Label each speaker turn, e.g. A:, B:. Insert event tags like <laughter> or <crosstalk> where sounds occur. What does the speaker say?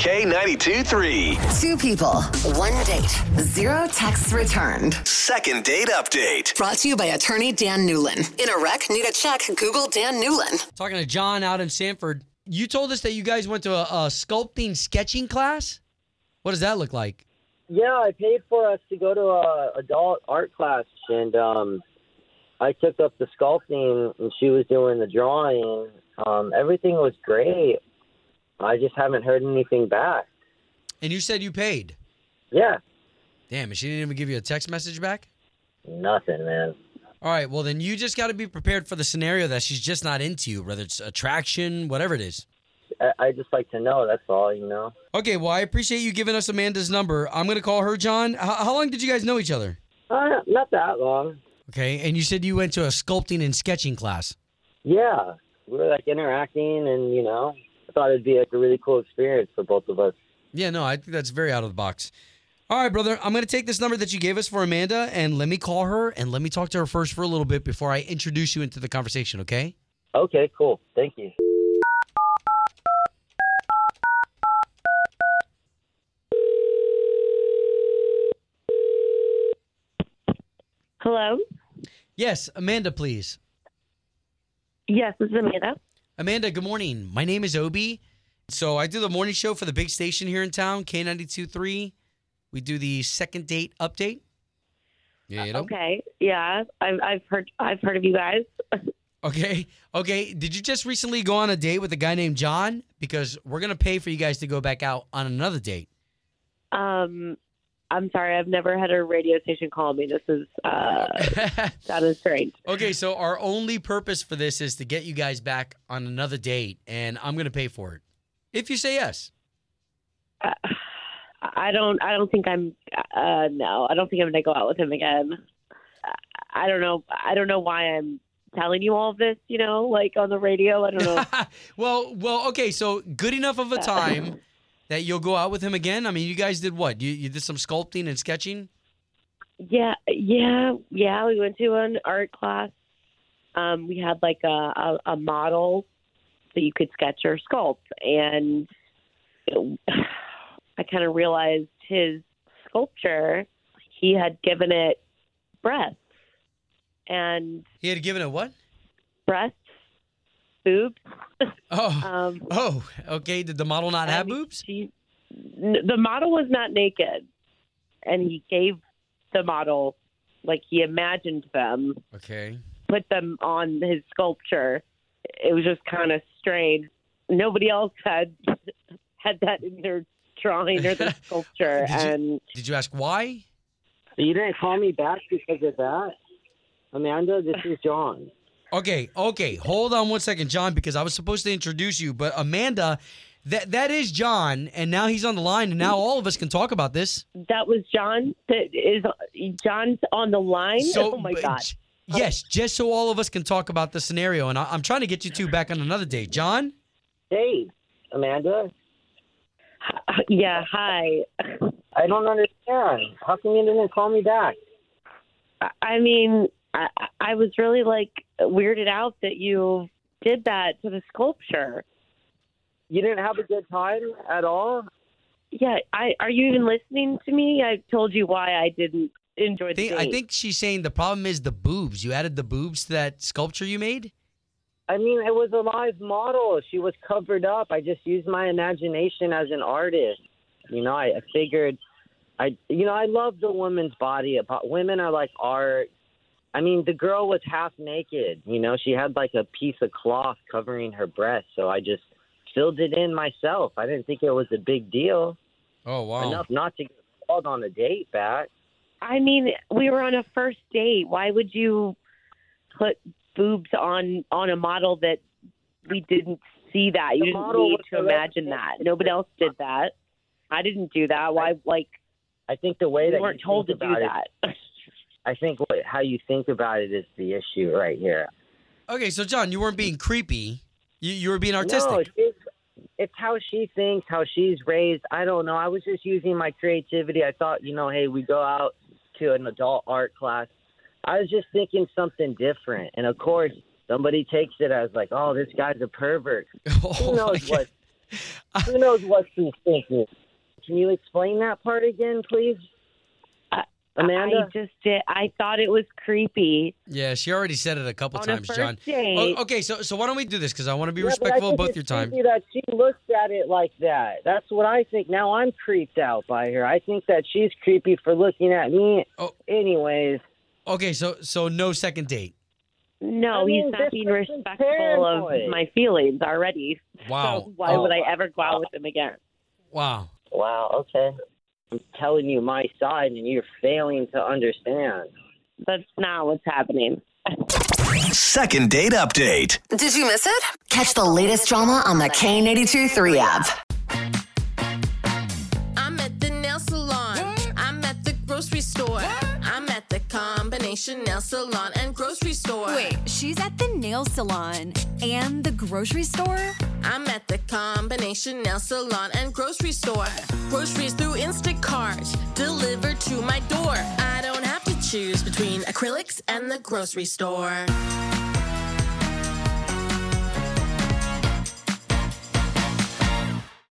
A: K92 3.
B: Two people, one date, zero texts returned.
A: Second date update.
B: Brought to you by attorney Dan Newlin. In a wreck, need a check, Google Dan Newlin.
C: Talking to John out in Sanford, you told us that you guys went to a, a sculpting sketching class. What does that look like?
D: Yeah, I paid for us to go to a adult art class, and um, I took up the sculpting, and she was doing the drawing. Um, everything was great. I just haven't heard anything back.
C: And you said you paid.
D: Yeah,
C: Damn, and she didn't even give you a text message back?
D: nothing, man.
C: All right, well, then you just got to be prepared for the scenario that she's just not into you, whether it's attraction, whatever it is.
D: I, I just like to know. That's all, you know.
C: Okay, well, I appreciate you giving us Amanda's number. I'm going to call her, John. How, how long did you guys know each other?
D: Uh, not that long.
C: Okay, and you said you went to a sculpting and sketching class.
D: Yeah, we were like interacting, and you know, I thought it'd be like a really cool experience for both of us.
C: Yeah, no, I think that's very out of the box. All right, brother, I'm going to take this number that you gave us for Amanda and let me call her and let me talk to her first for a little bit before I introduce you into the conversation, okay?
D: Okay, cool. Thank you.
E: Hello.
C: Yes, Amanda, please.
E: Yes, this is Amanda.
C: Amanda, good morning. My name is Obi. So I do the morning show for the big station here in town, K92.3. We do the second date update. Yeah, you know?
E: Okay. Yeah, I've I've heard I've heard of you guys.
C: Okay. Okay. Did you just recently go on a date with a guy named John? Because we're going to pay for you guys to go back out on another <laughs> date.
E: Um, I'm sorry, I've never had a radio station call me. This is uh, that is strange.
C: okay. So, our only purpose for this is to get you guys back on another date, and I'm going to pay for it. If you say yes. <laughs>
E: Uh, I don't I don't think I'm uh, no, I don't think I'm gonna go out with him again. I- I don't know. I don't know why I'm telling you all of this. You know, like on the radio. I don't know.
C: well, well, okay. So, good enough of a time that you'll go out with him again. I mean, you guys did what? You, you did some sculpting and sketching?
E: Yeah, yeah, yeah. We went to an art class. Um, we had like a, a, a model that you could sketch or sculpt, and <sighs> it- I kind of realized his sculpture. He had given it breasts and
C: He had given it what?
E: breasts, boobs.
C: Oh. <laughs>
E: Um,
C: oh, okay. Did the model not have boobs?
E: She, n- the model was not naked, and he gave the model like he imagined them.
C: Okay.
E: put them on his sculpture. It was just kind of strange. Nobody else had <laughs> had that in their drawing
C: <laughs>
E: or their sculpture,
C: Did you-
E: and
C: Did you ask why?
D: So you didn't call me back because of that, Amanda. This is John.
C: Okay, okay. Hold on one second, John, because I was supposed to introduce you, but Amanda, that that is John, and now he's on the line, and now all of us can talk about this.
E: that was John. That is John's on the line.
C: So,
E: oh my
C: but-
E: god!
C: Yes, just so all of us can talk about the scenario, and I, I'm trying to get you two back on another date, John.
D: Hey, Amanda.
E: Yeah, hi.
D: I don't understand. How come you didn't call me back?
E: I- I mean, I, I was really like weirded out that you did that to the sculpture.
D: You didn't have a good time at all?
E: Yeah, I are you even listening to me? I told you why I didn't enjoy the
C: I think,
E: date.
C: I think she's saying the problem is the boobs. You added the boobs to that sculpture you made.
D: I mean, it was a live model. She was covered up. I just used my imagination as an artist. You know, I, I figured, I you know, I love the woman's body. About women are like art. I mean, the girl was half naked. You know, she had like a piece of cloth covering her breast. So I just filled it in myself. I didn't think it was a big deal.
C: Oh
D: Enough not to get called on a date back.
E: I mean, we were on a first date. Why would you put boobs on on a model that we didn't see that? You
D: The
E: didn't
D: model
E: need
D: was
E: to
D: the
E: imagine that.
D: representative.
E: Nobody else did that. I didn't do that. Why? Like
D: I think the way
E: we
D: that
E: weren't
D: you
E: told to
D: think
E: do
D: about it
E: that. <laughs>
D: I think what, how you think about it is the issue right here.
C: Okay, so John, you weren't being creepy. You, you were being artistic.
D: No, it's, it's how she thinks, how she's raised. I don't know. I was just using my creativity. I thought, you know, hey, we go out to an adult art class. I was just thinking something different. And of course, somebody takes it as like, oh, this guy's a pervert.
C: <laughs> Oh
D: Who
C: my
D: knows
C: God.
D: what Who knows what she's thinking? Can you explain that part again, please?
E: I- I
D: Amanda?
E: just did. I thought it was creepy.
C: Yeah, she already said it a couple
E: On a
C: times,
E: first
C: John.
E: date.
C: Oh, okay, so so why don't we do this? Because I want to be
D: Yeah, but I
C: respectful of
D: think
C: both
D: it's
C: your time.
D: creepy That she looks at it like that. That's what I think. Now I'm creeped out by her. I think that she's creepy for looking at me.
C: Oh.
D: Anyways,
C: Okay, so so no second date.
E: No,
D: I mean,
E: he's
D: this
E: not being
D: person's
E: respectful of
D: paranoid.
E: my feelings already.
C: Wow.
E: So <laughs> why
C: Oh,
E: would I ever go out with him again?
C: Wow.
D: wow. Okay. I'm telling you my side, and you're failing to understand.
E: That's not what's happening.
A: Second date update.
B: Did you miss it? Catch the latest drama on the K82 3 app.
F: I'm at the nail salon. I'm at the grocery store. I'm at the combination nail salon and grocery store.
G: Wait, she's at the nail salon and the grocery store?
F: I'm at the combination nail salon and grocery store. Groceries through Instacart delivered to my door. I don't have to choose between acrylics and the grocery store.